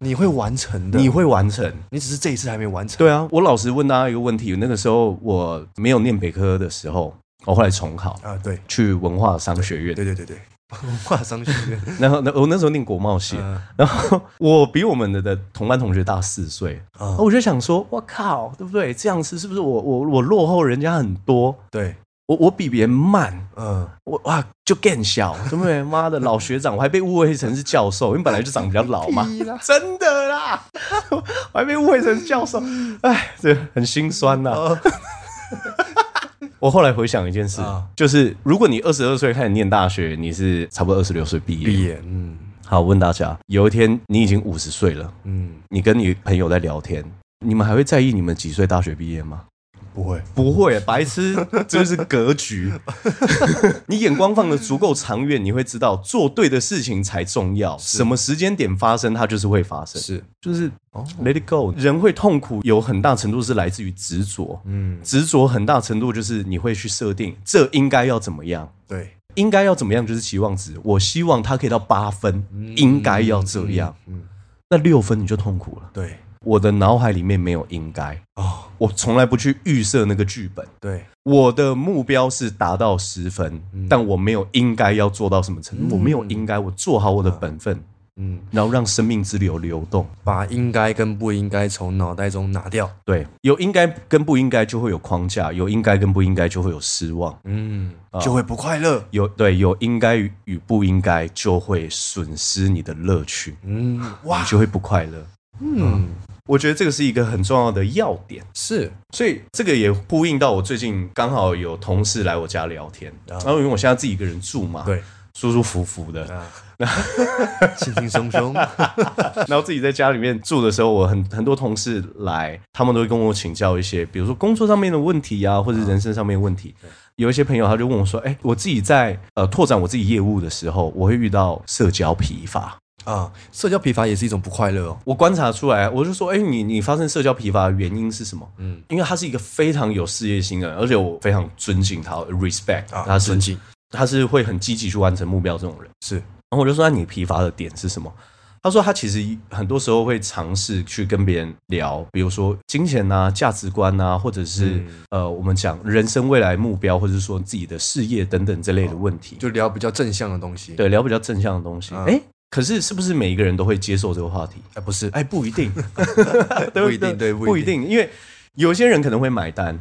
[SPEAKER 2] 你会完成的，
[SPEAKER 1] 你会完成。
[SPEAKER 2] 你只是这一次还没完成。
[SPEAKER 1] 对啊，我老实问大家一个问题，那个时候我没有念北科的时候，我后来重考
[SPEAKER 2] 啊，对，
[SPEAKER 1] 去文化商学院，
[SPEAKER 2] 对对对对， *laughs* 文化商学院，
[SPEAKER 1] 然后那我那时候念国贸系，
[SPEAKER 2] 嗯
[SPEAKER 1] 然后 *laughs* 我比我们的的同班同学大四岁，
[SPEAKER 2] 啊
[SPEAKER 1] 我就想说，我靠，对不对？这样子是不是我我我落后人家很多？
[SPEAKER 2] 对，
[SPEAKER 1] 我我比别人慢， *laughs*
[SPEAKER 2] 嗯，
[SPEAKER 1] 我哇就更小，对不对？妈的，老学长，我还被误会成是教授，因为本来就长比较老嘛，
[SPEAKER 2] 屁啦
[SPEAKER 1] 真的啦，我还被误会成是教授，哎，这很心酸呐、
[SPEAKER 2] 哦
[SPEAKER 1] 我后来回想一件事，
[SPEAKER 2] 啊
[SPEAKER 1] 就是如果你二十二岁开始念大学，你是差不多二十六岁毕业。
[SPEAKER 2] 毕业，嗯
[SPEAKER 1] 好，我问大家，有一天你已经五十岁了，
[SPEAKER 2] 嗯，
[SPEAKER 1] 你跟你朋友在聊天，你们还会在意你们几岁大学毕业吗？
[SPEAKER 2] 不会，
[SPEAKER 1] 不会，白痴，这就是格
[SPEAKER 2] *laughs*
[SPEAKER 1] 局。你眼光放的足够长远，你会知道做对的事情才重要，什么时间点发生，它就是会发生。
[SPEAKER 2] 是
[SPEAKER 1] 就是
[SPEAKER 2] 哦，
[SPEAKER 1] let it go。人会痛苦，有很大程度是来自于执着，
[SPEAKER 2] 嗯，
[SPEAKER 1] 执着很大程度就是你会去设定这应该要怎么样。
[SPEAKER 2] 对，
[SPEAKER 1] 应该要怎么样就是期望值，我希望它可以到八分，应该要这样。
[SPEAKER 2] 嗯，
[SPEAKER 1] 那六分你就痛苦了。
[SPEAKER 2] 对，
[SPEAKER 1] 我的脑海里面没有应该，
[SPEAKER 2] 哦，
[SPEAKER 1] 我从来不去预设那个剧本。
[SPEAKER 2] 对，
[SPEAKER 1] 我的目标是达到十分，
[SPEAKER 2] 嗯
[SPEAKER 1] 但我没有应该要做到什么程度，我没有应该，我做好我的本分，
[SPEAKER 2] 嗯，
[SPEAKER 1] 然后让生命之流流动。
[SPEAKER 2] 把应该跟不应该从脑袋中拿掉，
[SPEAKER 1] 对，有应该跟不应该就会有框架，有应该跟不应该就会有失望，
[SPEAKER 2] 嗯，就会不快乐，
[SPEAKER 1] 有对有应该与与不应该就会损失你的乐趣，
[SPEAKER 2] 嗯，哇
[SPEAKER 1] 你，就会不快乐。
[SPEAKER 2] 嗯，
[SPEAKER 1] 我觉得这个是一个很重要的要点，
[SPEAKER 2] 是，
[SPEAKER 1] 所以这个也呼应到我最近刚好有同事来我家聊天，然后因为我现在自己一个人住嘛，，
[SPEAKER 2] 啊对，
[SPEAKER 1] 舒舒服服的，
[SPEAKER 2] 啊，轻轻松松，
[SPEAKER 1] 然后自己在家里面住的时候，我很很多同事来，他们都会跟我请教一些，比如说工作上面的问题啊，或者人生上面的问题。
[SPEAKER 2] 嗯
[SPEAKER 1] 有一些朋友他就问我说：“哎、我自己在呃拓展我自己业务的时候，我会遇到社交疲乏。
[SPEAKER 2] *laughs* 啊，社交疲乏也是一种不快乐哦，
[SPEAKER 1] 我观察出来，我就说：哎、你你发生社交疲乏的原因是什么？
[SPEAKER 2] 嗯，
[SPEAKER 1] 因为他是一个非常有事业心的人，而且我非常尊敬他，respect
[SPEAKER 2] 啊，
[SPEAKER 1] 他是
[SPEAKER 2] 尊敬，
[SPEAKER 1] 他是会很积极去完成目标这种人。
[SPEAKER 2] 是，
[SPEAKER 1] 然后我就说：“那你疲乏的点是什么？”他说：“他其实很多时候会尝试去跟别人聊，比如说金钱啊、价值观啊，或者是、
[SPEAKER 2] 嗯
[SPEAKER 1] 呃，我们讲人生未来目标，或者是说自己的事业等等这类的问题，
[SPEAKER 2] 哦就聊比较正向的东西，，
[SPEAKER 1] 对聊比较正向的东西。
[SPEAKER 2] 嗯
[SPEAKER 1] 哎、可是是不是每一个人都会接受这个话题？
[SPEAKER 2] 哎，不是，
[SPEAKER 1] 哎，不一
[SPEAKER 2] *laughs*
[SPEAKER 1] 定，
[SPEAKER 2] 不一定对不一定
[SPEAKER 1] 不一定，因为有些人可能会买单。”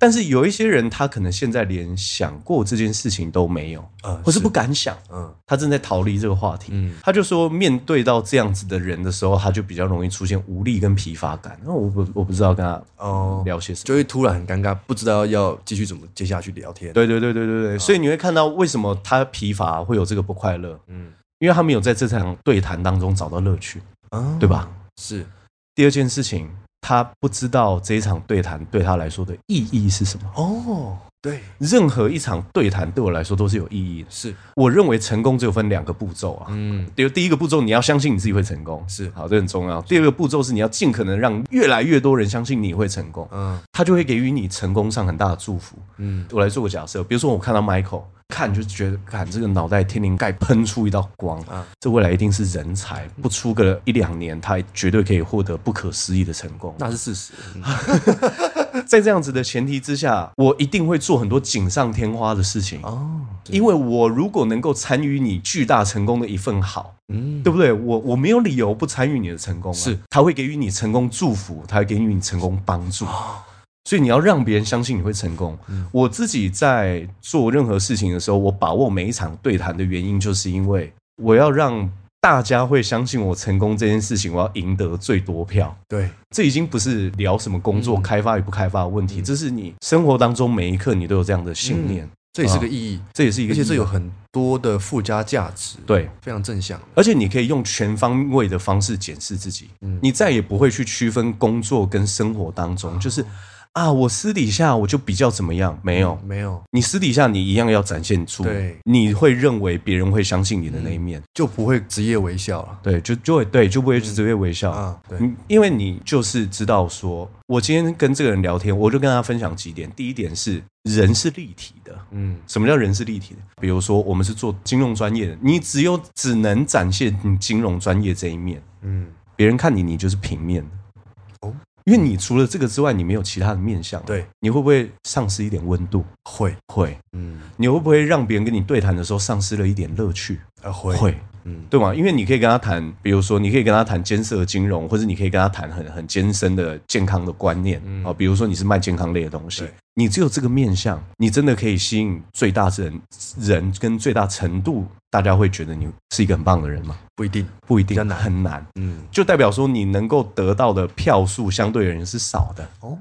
[SPEAKER 1] 但是有一些人，他可能现在连想过这件事情都没有，
[SPEAKER 2] 嗯
[SPEAKER 1] 或是不敢想，
[SPEAKER 2] 嗯，
[SPEAKER 1] 他正在逃离这个话题。
[SPEAKER 2] 嗯
[SPEAKER 1] 他就说，面对到这样子的人的时候，他就比较容易出现无力跟疲乏感。那我不我不知道跟他
[SPEAKER 2] 哦，
[SPEAKER 1] 聊些什么。
[SPEAKER 2] 就会突然很尴尬，不知道要继续怎么接下去聊天。
[SPEAKER 1] 对对对对对对，所以你会看到为什么他疲乏会有这个不快乐，
[SPEAKER 2] 嗯，
[SPEAKER 1] 因为他没有在这场对谈当中找到乐趣，
[SPEAKER 2] 啊
[SPEAKER 1] 对？吧？
[SPEAKER 2] 是，
[SPEAKER 1] 第二件事情，他不知道这一场对谈对他来说的意义是什么。
[SPEAKER 2] 哦，对，
[SPEAKER 1] 任何一场对谈对我来说都是有意义的。
[SPEAKER 2] 是，
[SPEAKER 1] 我认为成功只有分两个步骤啊，
[SPEAKER 2] 嗯，
[SPEAKER 1] 第第一个步骤，你要相信你自己会成功，
[SPEAKER 2] 是
[SPEAKER 1] 好，这很重要。第二个步骤是你要尽可能让越来越多人相信你会成功，
[SPEAKER 2] 嗯，
[SPEAKER 1] 他就会给予你成功上很大的祝福。
[SPEAKER 2] 嗯，
[SPEAKER 1] 我来做个假设，比如说我看到 Michael，看就觉得，看这个脑袋天灵盖喷出一道光，
[SPEAKER 2] 啊
[SPEAKER 1] 这未来一定是人才，不出个一两年，他绝对可以获得不可思议的成功。
[SPEAKER 2] 那是事实。嗯
[SPEAKER 1] 在这样子的前提之下，我一定会做很多锦上添花的事情，
[SPEAKER 2] 哦，
[SPEAKER 1] 因为我如果能够参与你巨大成功的一份好。
[SPEAKER 2] 嗯，
[SPEAKER 1] 对不对？我我没有理由不参与你的成功、啊，
[SPEAKER 2] 是
[SPEAKER 1] 他会给予你成功祝福，他会给予你成功帮助。
[SPEAKER 2] 哦
[SPEAKER 1] 所以你要让别人相信你会成功。
[SPEAKER 2] 嗯
[SPEAKER 1] 我自己在做任何事情的时候，我把握每一场对谈的原因，就是因为我要让大家会相信我成功这件事情，我要赢得最多票。
[SPEAKER 2] 对，
[SPEAKER 1] 这已经不是聊什么工
[SPEAKER 2] 嗯
[SPEAKER 1] 作开发与不开发的问题，这是你生活当中每一刻你都有这样的信念，
[SPEAKER 2] 这也是个意义，
[SPEAKER 1] 这也啊是一个
[SPEAKER 2] 嗯而且这
[SPEAKER 1] 意义啊
[SPEAKER 2] 有很多的附加价值，，
[SPEAKER 1] 对
[SPEAKER 2] 非常正向。
[SPEAKER 1] 而且你可以用全方位的方式检视自己，你再也不会去区分工作跟生活当中，就是啊，我私底下我就比较怎么样，没有。
[SPEAKER 2] 哦没有，
[SPEAKER 1] 你私底下你一样要展现出
[SPEAKER 2] 嗯对，
[SPEAKER 1] 你会认为别人会相信你的那一面，
[SPEAKER 2] 就不会职业微笑了。
[SPEAKER 1] 对，就就会对，就不会直接微笑，
[SPEAKER 2] 啊，对，
[SPEAKER 1] 嗯，因为你就是知道说，我今天跟这个人聊天，我就跟他分享几点。第一点是，人是立体的。
[SPEAKER 2] 嗯，
[SPEAKER 1] 什么叫人是立体的？比如说，我们是做金融专业的，你只有只能展现你金融专业这一面，
[SPEAKER 2] 嗯，
[SPEAKER 1] 别人看你，你就是平面的。
[SPEAKER 2] 哦
[SPEAKER 1] 哦，因为你除了这个之外，你没有其他的面相、
[SPEAKER 2] 对，
[SPEAKER 1] 你会不会丧失一点温度？
[SPEAKER 2] 会，
[SPEAKER 1] 会。
[SPEAKER 2] 嗯，
[SPEAKER 1] 你会不会让别人跟你对谈的时候丧失了一点乐趣？
[SPEAKER 2] 啊会，，嗯，
[SPEAKER 1] 对吗？因为你可以跟他谈，比如说你可以跟他谈艰涩的金融，或者你可以跟他谈很很艰深的健康的观念啊、
[SPEAKER 2] 嗯
[SPEAKER 1] 比如说你是卖健康类的东西
[SPEAKER 2] 对，
[SPEAKER 1] 你只有这个面向，你真的可以吸引最大人人跟最大程度，大家会觉得你是一个很棒的人吗？
[SPEAKER 2] 不一定，
[SPEAKER 1] 不一定，
[SPEAKER 2] 比较难
[SPEAKER 1] 很难，
[SPEAKER 2] 嗯，
[SPEAKER 1] 就代表说你能够得到的票数相对而言是少的。
[SPEAKER 2] 哦，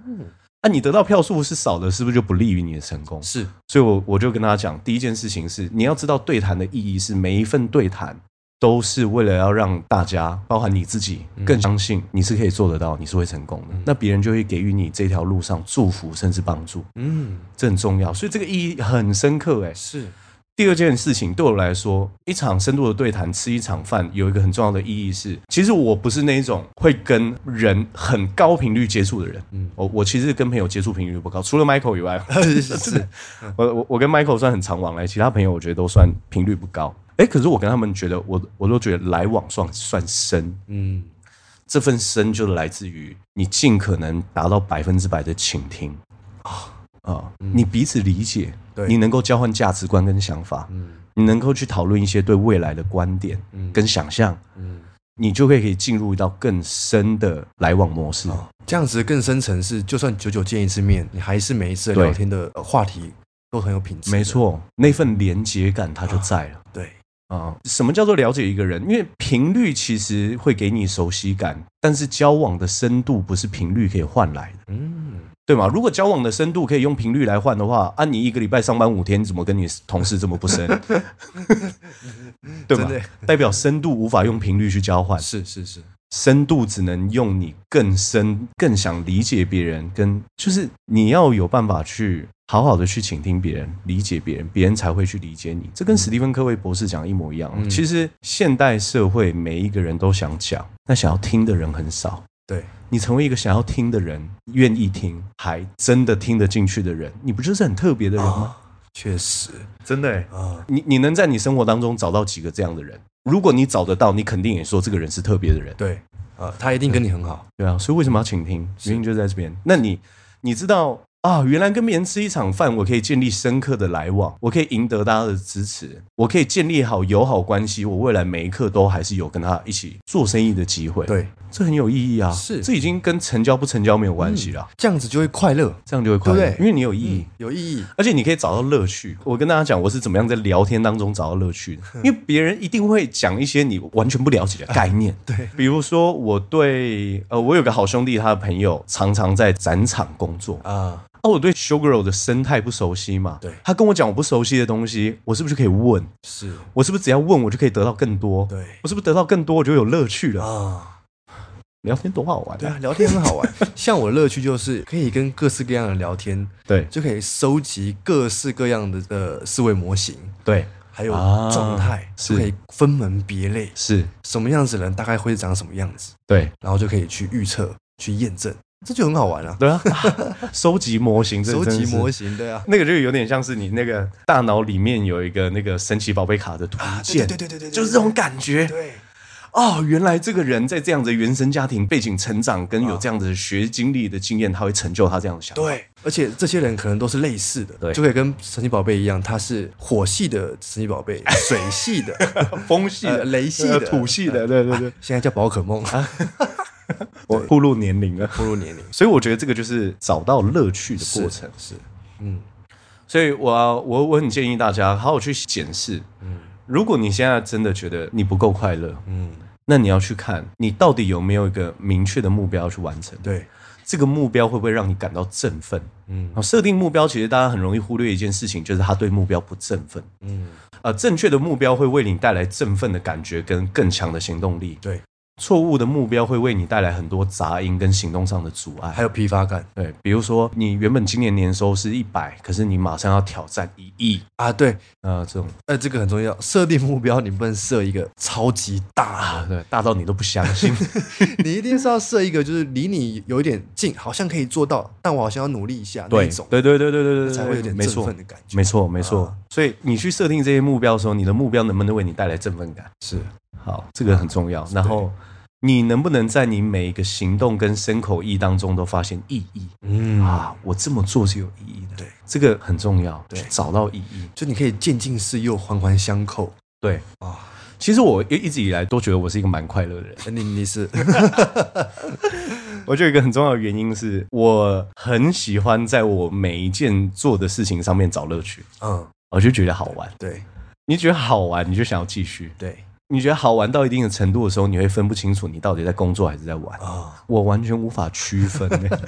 [SPEAKER 1] 那、你得到票数是少的，是不是就不利于你的成功？
[SPEAKER 2] 是，
[SPEAKER 1] 所以我我就跟大家讲，第一件事情是，你要知道对谈的意义是，每一份对谈都是为了要让大家，包含你自己，更相信你是可以做得到，你是会成功的。那别人就会给予你这条路上祝福，甚至帮助，
[SPEAKER 2] 嗯，
[SPEAKER 1] 这很重要。所以这个意义很深刻、欸，
[SPEAKER 2] 是，
[SPEAKER 1] 第二件事情对我来说，一场深度的对谈，吃一场饭，有一个很重要的意义是，其实我不是那一种会跟人很高频率接触的人。
[SPEAKER 2] 嗯
[SPEAKER 1] 嗯，我我其实跟朋友接触频率不高，除了 Michael 以
[SPEAKER 2] *laughs*
[SPEAKER 1] 外，
[SPEAKER 2] 是
[SPEAKER 1] 真的我我我跟 Michael 算很常往来，其他朋友我觉得都算频率不高。哎，可是我跟他们觉得，我我都觉得来往算算深，
[SPEAKER 2] 嗯，
[SPEAKER 1] 这份深就来自于你尽可能达到百分之百的倾听啊啊，你彼此理解
[SPEAKER 2] 嗯对，
[SPEAKER 1] 你能够交换价值观跟想法，
[SPEAKER 2] 嗯，
[SPEAKER 1] 你能够去讨论一些对未来的观点
[SPEAKER 2] 嗯
[SPEAKER 1] 跟想象，
[SPEAKER 2] 嗯，
[SPEAKER 1] 你就会可以进入到更深的来往模式。
[SPEAKER 2] 这样子更深层是，就算久久见一次面，你还是每一次的
[SPEAKER 1] 对
[SPEAKER 2] 聊天的呃话题都很有品质，
[SPEAKER 1] 没，错，那份连结感它就在了。
[SPEAKER 2] 对，
[SPEAKER 1] 啊、什么叫做了解一个人？因为频率其实会给你熟悉感，但是交往的深度不是频率可以换来的，
[SPEAKER 2] 嗯，
[SPEAKER 1] 对吗？如果交往的深度可以用频率来换的话，啊，你一个礼拜上班五天，你怎么跟你同事这么不
[SPEAKER 2] *laughs*
[SPEAKER 1] 深？对吧
[SPEAKER 2] 真的？
[SPEAKER 1] 代表深度无法用频率去交换，
[SPEAKER 2] 是是是，
[SPEAKER 1] 深度只能用你更深、更想理解别人，跟就是你要有办法去好好的去倾听别人、理解别人，别人才会去理解你。这跟史蒂芬·科维博士讲的一模一样。
[SPEAKER 2] 嗯
[SPEAKER 1] 其实现代社会每一个人都想讲，但想要听的人很少。
[SPEAKER 2] 对，
[SPEAKER 1] 你成为一个想要听的人，愿意听，还真的听得进去的人，你不就是很特别的人吗？
[SPEAKER 2] 啊，确实
[SPEAKER 1] 哦真的、
[SPEAKER 2] 啊，
[SPEAKER 1] 你你能在你生活当中找到几个这样的人？如果你找得到，你肯定也说这个人是特别的人。
[SPEAKER 2] 对，啊，他一定跟你很好，
[SPEAKER 1] 对啊，所以为什么要倾听？
[SPEAKER 2] 是
[SPEAKER 1] 原因就在这边。那你你知道啊，原来跟别人吃一场饭，我可以建立深刻的来往，我可以赢得大家的支持，我可以建立好友好关系，我未来每一刻都还是有跟他一起做生意的机会。，
[SPEAKER 2] 对，
[SPEAKER 1] 这很有意义啊。
[SPEAKER 2] 是
[SPEAKER 1] 这已经跟成交不成交没有关系了，
[SPEAKER 2] 这样子就会快乐，
[SPEAKER 1] 这样就会快乐，
[SPEAKER 2] 对不对嗯
[SPEAKER 1] 因为你有意义。
[SPEAKER 2] 有意义，
[SPEAKER 1] 而且你可以找到乐趣。我跟大家讲，我是怎么样在聊天当中找到乐
[SPEAKER 2] *laughs*
[SPEAKER 1] 趣的，因为别人一定会讲一些你完全不了解的概念。
[SPEAKER 2] *laughs* 对，
[SPEAKER 1] 比如说我对呃，我有个好兄弟，他的朋友常常在展场工作啊，
[SPEAKER 2] 啊，
[SPEAKER 1] 我对 Sugar 的生态不熟悉嘛，
[SPEAKER 2] 对
[SPEAKER 1] 他跟我讲我不熟悉的东西，我是不是就可以问？
[SPEAKER 2] 是，
[SPEAKER 1] 我是不是只要问我就可以得到更多？
[SPEAKER 2] 对，
[SPEAKER 1] 我是不是得到更多我就有乐趣了？
[SPEAKER 2] 啊。
[SPEAKER 1] 聊天多好玩、啊！
[SPEAKER 2] 对啊，聊天很好玩。 *laughs* 像我的乐趣就是可以跟各式各样的人聊天，
[SPEAKER 1] 对
[SPEAKER 2] 就可以收集各式各样的呃思维模型，
[SPEAKER 1] 对
[SPEAKER 2] 还有
[SPEAKER 1] 啊
[SPEAKER 2] 状态，
[SPEAKER 1] 是
[SPEAKER 2] 就可以分门别类，
[SPEAKER 1] 是，
[SPEAKER 2] 什么样子的人大概会长什么样子，
[SPEAKER 1] 对
[SPEAKER 2] 然后就可以去预测、去验证，这就很好玩啊。
[SPEAKER 1] 对
[SPEAKER 2] *laughs*
[SPEAKER 1] 啊，收集模型，这
[SPEAKER 2] 收集
[SPEAKER 1] 真的是
[SPEAKER 2] 模型，对啊，
[SPEAKER 1] *laughs* 那个就有点像是你那个大脑里面有一个那个神奇宝贝卡的图鉴，
[SPEAKER 2] 啊对对对对对对
[SPEAKER 1] 就是这种感觉。
[SPEAKER 2] 对，
[SPEAKER 1] 哦，原来这个人在这样的原生家庭背景成长，跟
[SPEAKER 2] 啊
[SPEAKER 1] 有这样的学经历的经验，他会成就他这样的想法。
[SPEAKER 2] 对，而且这些人可能都是类似的，
[SPEAKER 1] 对
[SPEAKER 2] 就可以跟神奇宝贝一样，它是火系的神奇
[SPEAKER 1] *laughs*
[SPEAKER 2] 宝贝，水系的，
[SPEAKER 1] 风系
[SPEAKER 2] 呃
[SPEAKER 1] 的、
[SPEAKER 2] 雷系
[SPEAKER 1] 呃
[SPEAKER 2] 的
[SPEAKER 1] 土系的，对 *laughs* 对对，
[SPEAKER 2] 现在叫宝可梦，
[SPEAKER 1] 啊我步入年龄了，
[SPEAKER 2] 步入年龄
[SPEAKER 1] 所以我觉得这个就是找到乐趣的过程。
[SPEAKER 2] 是，嗯，
[SPEAKER 1] 所以我啊我我很建议大家好好去检视，
[SPEAKER 2] 嗯
[SPEAKER 1] 如果你现在真的觉得你不够快乐，
[SPEAKER 2] 嗯，
[SPEAKER 1] 那你要去看你到底有没有一个明确的目标要去完成。
[SPEAKER 2] 对，
[SPEAKER 1] 这个目标会不会让你感到振奋？
[SPEAKER 2] 嗯
[SPEAKER 1] 好，设定目标其实大家很容易忽略一件事情，就是他对目标不振奋。
[SPEAKER 2] 嗯，
[SPEAKER 1] 呃，正确的目标会为你带来振奋的感觉跟更强的行动力。
[SPEAKER 2] 对，
[SPEAKER 1] 错误的目标会为你带来很多杂音跟行动上的阻碍。
[SPEAKER 2] 还有疲乏感
[SPEAKER 1] 对，比如说你原本今年年收是一百，可是你马上要挑战一亿，
[SPEAKER 2] 啊，对，
[SPEAKER 1] 呃，这种
[SPEAKER 2] 呃，这个很重要。设定目标，你不能设一个超级
[SPEAKER 1] *laughs*
[SPEAKER 2] 大的，
[SPEAKER 1] 对大到你都不相 *laughs* 信。
[SPEAKER 2] 你一定是要设一个就是离你有一点近，好像可以做到，但我好像要努力一下那
[SPEAKER 1] 对
[SPEAKER 2] 一种，
[SPEAKER 1] 对对对对对对对，
[SPEAKER 2] 才会有点
[SPEAKER 1] 没
[SPEAKER 2] 振
[SPEAKER 1] 错
[SPEAKER 2] 奋的感觉。
[SPEAKER 1] 没错没错
[SPEAKER 2] 啊。
[SPEAKER 1] 所以你去设定这些目标的时候，你的目标能不能为你带来振奋感？
[SPEAKER 2] 是
[SPEAKER 1] 好，这个很重要。然后你能不能在你每一个行动跟身口意当中都发现意义？
[SPEAKER 2] 嗯
[SPEAKER 1] 啊，我这么做是有意义的，
[SPEAKER 2] 对，
[SPEAKER 1] 这个很重要，
[SPEAKER 2] 对
[SPEAKER 1] 去找到意义。
[SPEAKER 2] 就你可以渐进式又环环相扣
[SPEAKER 1] 对，
[SPEAKER 2] 啊。
[SPEAKER 1] 其实我一一直以来都觉得我是一个蛮快乐的人。
[SPEAKER 2] 呃你你是
[SPEAKER 1] *laughs* 我觉得有一个很重要的原因是我很喜欢在我每一件做的事情上面找乐趣，
[SPEAKER 2] 嗯，
[SPEAKER 1] 我就觉得好玩。
[SPEAKER 2] 对
[SPEAKER 1] 你觉得好玩，你就想要继续；
[SPEAKER 2] 对
[SPEAKER 1] 你觉得好玩到一定的程度的时候，你会分不清楚你到底在工作还是在玩。
[SPEAKER 2] 啊，
[SPEAKER 1] 我完全无法区分、欸。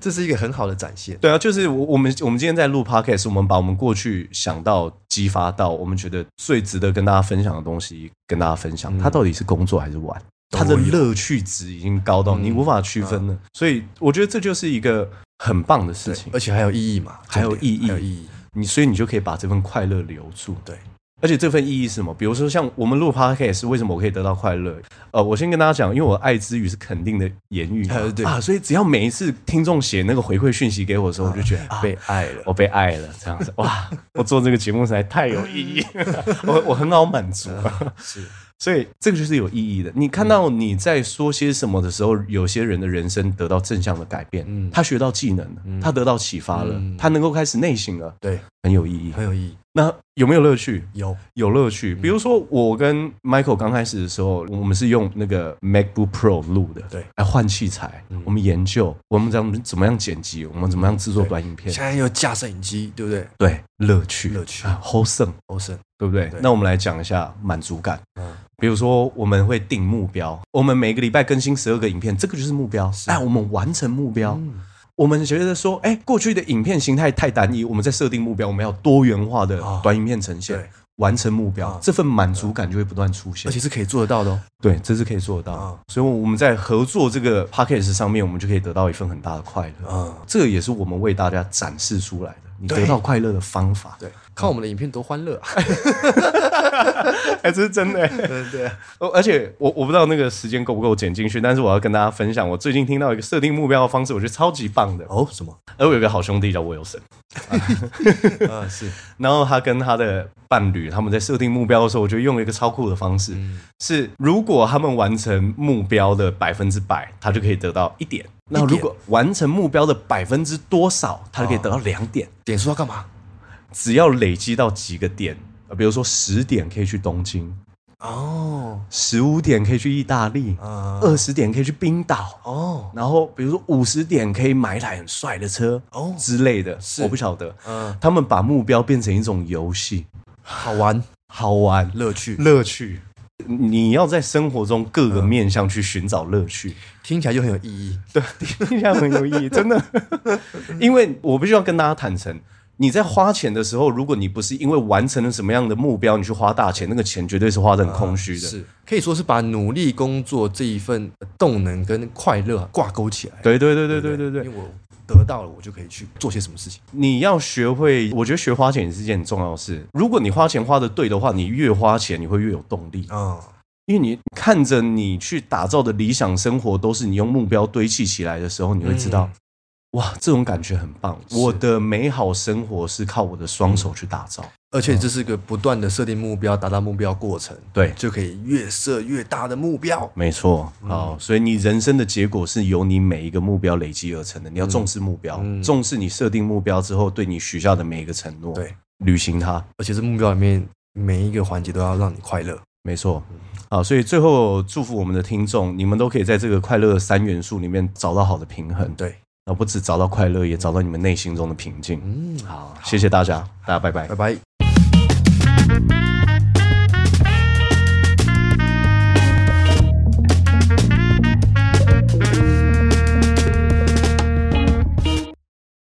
[SPEAKER 2] 这是一个很好的展现。
[SPEAKER 1] *laughs* 对啊，就是我我们我们今天在录 podcast，我们把我们过去想到、激发到我们觉得最值得跟大家分享的东西，跟大家分享，
[SPEAKER 2] 嗯
[SPEAKER 1] 它到底是工作还是玩？
[SPEAKER 2] 都
[SPEAKER 1] 它的
[SPEAKER 2] 有
[SPEAKER 1] 乐趣值已经高到
[SPEAKER 2] 嗯
[SPEAKER 1] 你无法区分了，所以我觉得这就是一个很棒的事
[SPEAKER 2] 对
[SPEAKER 1] 情，
[SPEAKER 2] 而且还有意义嘛，
[SPEAKER 1] 还有
[SPEAKER 2] 重点
[SPEAKER 1] 意义
[SPEAKER 2] 还有意义。
[SPEAKER 1] 你所以你就可以把这份快乐留住。
[SPEAKER 2] 对，
[SPEAKER 1] 而且这份意义是什么？比如说像我们录 podcast，为什么我可以得到快乐？呃，我先跟大家讲，因为我爱之语是肯定的言语嘛
[SPEAKER 2] 呃对
[SPEAKER 1] 啊，所以只要每一次听众写那个回馈讯息给我的时候，我就觉得啊
[SPEAKER 2] 被爱了，
[SPEAKER 1] 我被爱了，这 *laughs* 样子哇！我做这个节目实在太有意义， *laughs* 我我很好满足、啊
[SPEAKER 2] 是
[SPEAKER 1] 所以这个就是有意义的。你看到你在说些什么的时候，有些人的人生得到正向的改变，
[SPEAKER 2] 嗯
[SPEAKER 1] 他学到技能了，他得到启发了，
[SPEAKER 2] 嗯
[SPEAKER 1] 他能够开始内省了，
[SPEAKER 2] 对，
[SPEAKER 1] 很有意义。
[SPEAKER 2] 很有意义。
[SPEAKER 1] 那有没有乐趣？
[SPEAKER 2] 有
[SPEAKER 1] 有乐趣。比如说，我跟 Michael 刚开始的时候，我们是用那个 MacBook Pro 录的，
[SPEAKER 2] 对，
[SPEAKER 1] 来换器材，我们研究我们怎么怎么样剪辑，我们怎么样制作短影片
[SPEAKER 2] 现，在有架摄影机，对不对？
[SPEAKER 1] 对，乐趣，
[SPEAKER 2] 乐趣
[SPEAKER 1] 啊，wholesome。
[SPEAKER 2] 欧森，
[SPEAKER 1] 对不对？
[SPEAKER 2] 对
[SPEAKER 1] 那我们来讲一下满足感。
[SPEAKER 2] 嗯
[SPEAKER 1] 比如说，我们会定目标，我们每个礼拜更新十二个影片，这个就是目标。哎，我们完成目标。
[SPEAKER 2] 嗯
[SPEAKER 1] 我们觉得说，哎，过去的影片形态太单一，我们在设定目标，我们要多元化的
[SPEAKER 2] 啊
[SPEAKER 1] 短影片呈现，
[SPEAKER 2] 对
[SPEAKER 1] 完成目标，
[SPEAKER 2] 啊
[SPEAKER 1] 这份满足感就会不断出现
[SPEAKER 2] 而。且是可以做得到的哦。
[SPEAKER 1] 对，这是可以做得到。
[SPEAKER 2] 啊
[SPEAKER 1] 所以，我们在合作这个 podcast 上面，我们就可以得到一份很大的快乐。
[SPEAKER 2] 嗯，
[SPEAKER 1] 这也是我们为大家展示出来的，你
[SPEAKER 2] 对
[SPEAKER 1] 得到快乐的方法。 *laughs*
[SPEAKER 2] 对，看我们的影片多欢乐啊！
[SPEAKER 1] 哎，这是真的、
[SPEAKER 2] *laughs* 对对啊，
[SPEAKER 1] 哦，而且我我不知道那个时间够不够剪进去，但是我要跟大家分享，我最近听到一个设定目标的方式，我觉得超级棒的。
[SPEAKER 2] 哦，什么？
[SPEAKER 1] 而我有一个好兄弟叫 Wilson，
[SPEAKER 2] *laughs* 啊，是，
[SPEAKER 1] 然后他跟他的伴侣他们在设定目标的时候，我觉得用了一个超酷的方式，是如果他们完成目标的百分之百，他就可以得到一点；哦那如果完成目标的百分之多少，他就可以得到两点。
[SPEAKER 2] 点数要干嘛？
[SPEAKER 1] 只要累积到几个点，呃比如说十点可以去东京，
[SPEAKER 2] 哦，
[SPEAKER 1] 十五点可以去意大利，
[SPEAKER 2] 啊，
[SPEAKER 1] 二十点可以去冰岛。
[SPEAKER 2] 哦，
[SPEAKER 1] 然后比如说五十点可以买一台很帅的车
[SPEAKER 2] 哦
[SPEAKER 1] 之类的，我不晓得。
[SPEAKER 2] 嗯，
[SPEAKER 1] 他们把目标变成一种游戏，
[SPEAKER 2] 好玩，
[SPEAKER 1] 好玩、
[SPEAKER 2] 乐趣，
[SPEAKER 1] 乐趣。你要在生活中各个面向去寻找乐趣，
[SPEAKER 2] 听起来就很有意义。
[SPEAKER 1] 对， *laughs* 听起来很有意义，真的。 *laughs* 因为我必须要跟大家坦诚，你在花钱的时候，如果你不是因为完成了什么样的目标，你去花大钱，那个钱绝对啊是花的很空虚的。
[SPEAKER 2] 啊是，可以说是把努力工作这一份动能跟快乐挂钩起来。
[SPEAKER 1] 对对对对对对对
[SPEAKER 2] 因，为我得到了，我就可以去做些什么事情。
[SPEAKER 1] 你要学会，我觉得学花钱也是一件很重要的事。如果你花钱花的对的话，你越花钱你会越有动力，
[SPEAKER 2] 啊，
[SPEAKER 1] 因为你看着你去打造的理想生活都是你用目标堆砌起来的时候，你会知道，哇，这种感觉很棒。
[SPEAKER 2] 嗯是嗯
[SPEAKER 1] 我的美好生活是靠我的双手去打造。
[SPEAKER 2] 而且这是个不断的设定目标、达到目标过程，
[SPEAKER 1] 对，
[SPEAKER 2] 就可以越设越大的目标。
[SPEAKER 1] 没错。
[SPEAKER 2] 嗯
[SPEAKER 1] 好，所以你人生的结果是由你每一个目标累积而成的。你要重视目标，
[SPEAKER 2] 嗯
[SPEAKER 1] 重视你设定目标之后对你许下的每一个承诺，
[SPEAKER 2] 对，
[SPEAKER 1] 履行它。
[SPEAKER 2] 而且这目标里面每一个环节都要让你快乐。
[SPEAKER 1] 没错，
[SPEAKER 2] 嗯
[SPEAKER 1] 好，所以最后祝福我们的听众，你们都可以在这个快乐的三元素里面找到好的平衡，
[SPEAKER 2] 对，
[SPEAKER 1] 那不止找到快乐，也找到你们内心中的平静。
[SPEAKER 2] 嗯，好，
[SPEAKER 1] 好，谢谢大家，大家拜拜
[SPEAKER 2] 拜。拜。